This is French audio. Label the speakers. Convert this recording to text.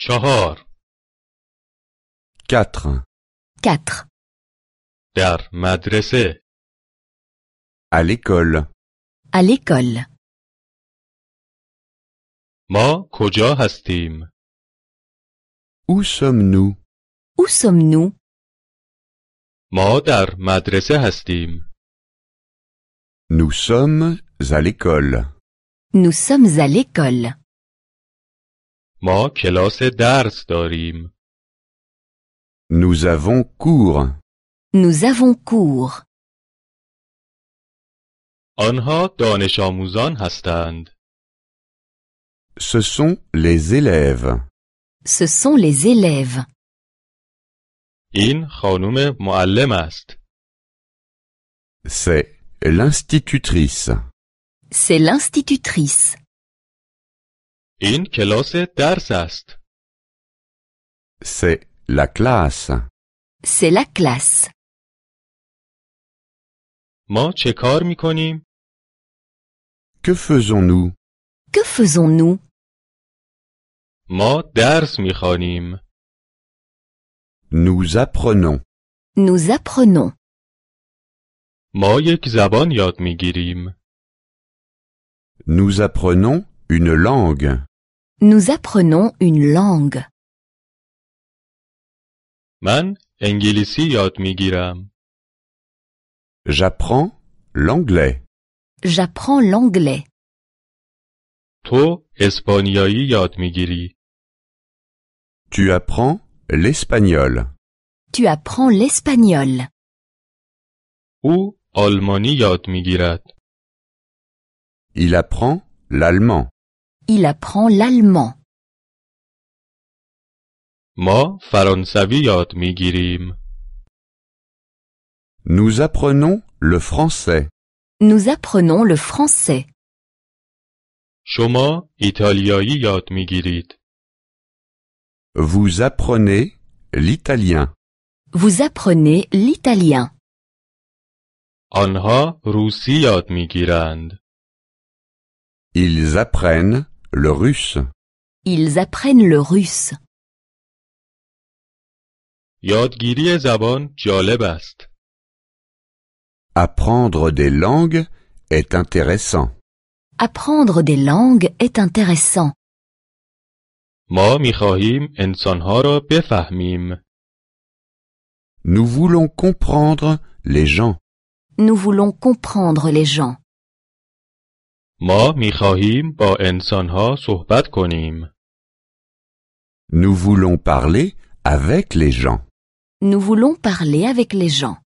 Speaker 1: چهار
Speaker 2: quatre
Speaker 3: 4.
Speaker 1: در مدرسه
Speaker 2: À l'école.
Speaker 3: À l'école.
Speaker 1: ما کجا هستیم؟
Speaker 2: Où sommes-nous
Speaker 3: Où sommes-nous
Speaker 1: ما در مدرسه هستیم.
Speaker 2: Nous sommes à l'école.
Speaker 3: Nous sommes à l'école.
Speaker 1: ما کلاس درس داریم.
Speaker 2: Nous avons cours.
Speaker 3: Nous avons cours.
Speaker 1: آنها دانش آموزان هستند.
Speaker 2: Ce sont les élèves.
Speaker 3: Ce sont les élèves.
Speaker 1: این خانم معلم است.
Speaker 2: C'est l'institutrice.
Speaker 3: C'est l'institutrice.
Speaker 1: این کلاس درس است.
Speaker 2: C'est la classe.
Speaker 3: C'est la classe.
Speaker 1: ما چه کار می کنیم؟
Speaker 2: Que faisons-nous
Speaker 3: Que faisons-nous
Speaker 1: ما درس می خوانیم.
Speaker 2: Nous apprenons.
Speaker 3: Nous apprenons.
Speaker 1: ما یک زبان یاد می گیریم.
Speaker 2: Nous apprenons une langue.
Speaker 3: Nous apprenons une langue.
Speaker 1: من انگلیسی یاد می گیرم.
Speaker 2: J'apprends l'anglais.
Speaker 3: J'apprends l'anglais.
Speaker 1: تو اسپانیایی یاد می گیری.
Speaker 2: Tu apprends l'espagnol.
Speaker 3: Tu apprends l'espagnol.
Speaker 1: او آلمانی یاد می گیرد.
Speaker 2: Il apprend l'allemand.
Speaker 3: Il apprend l'allemand.
Speaker 1: ما فرانسوی یاد می گیریم.
Speaker 2: Nous apprenons le français.
Speaker 3: Nous apprenons le français.
Speaker 1: شما ایتالیایی یاد می گیرید.
Speaker 2: Vous apprenez l'italien.
Speaker 3: Vous apprenez l'italien.
Speaker 1: آنها روسی یاد می گیرند.
Speaker 2: Ils apprennent le russe.
Speaker 3: Ils apprennent le russe.
Speaker 1: یادگیری زبان جالب است.
Speaker 2: Apprendre des langues est intéressant.
Speaker 3: Apprendre des langues est intéressant.
Speaker 1: ما می خواهیم انسانها را بفهمیم.
Speaker 2: Nous voulons comprendre les gens.
Speaker 3: Nous voulons comprendre les gens.
Speaker 1: ما می خواهیم با انسانها صحبت کنیم.
Speaker 2: Nous voulons parler avec les gens.
Speaker 3: Nous voulons parler avec les gens.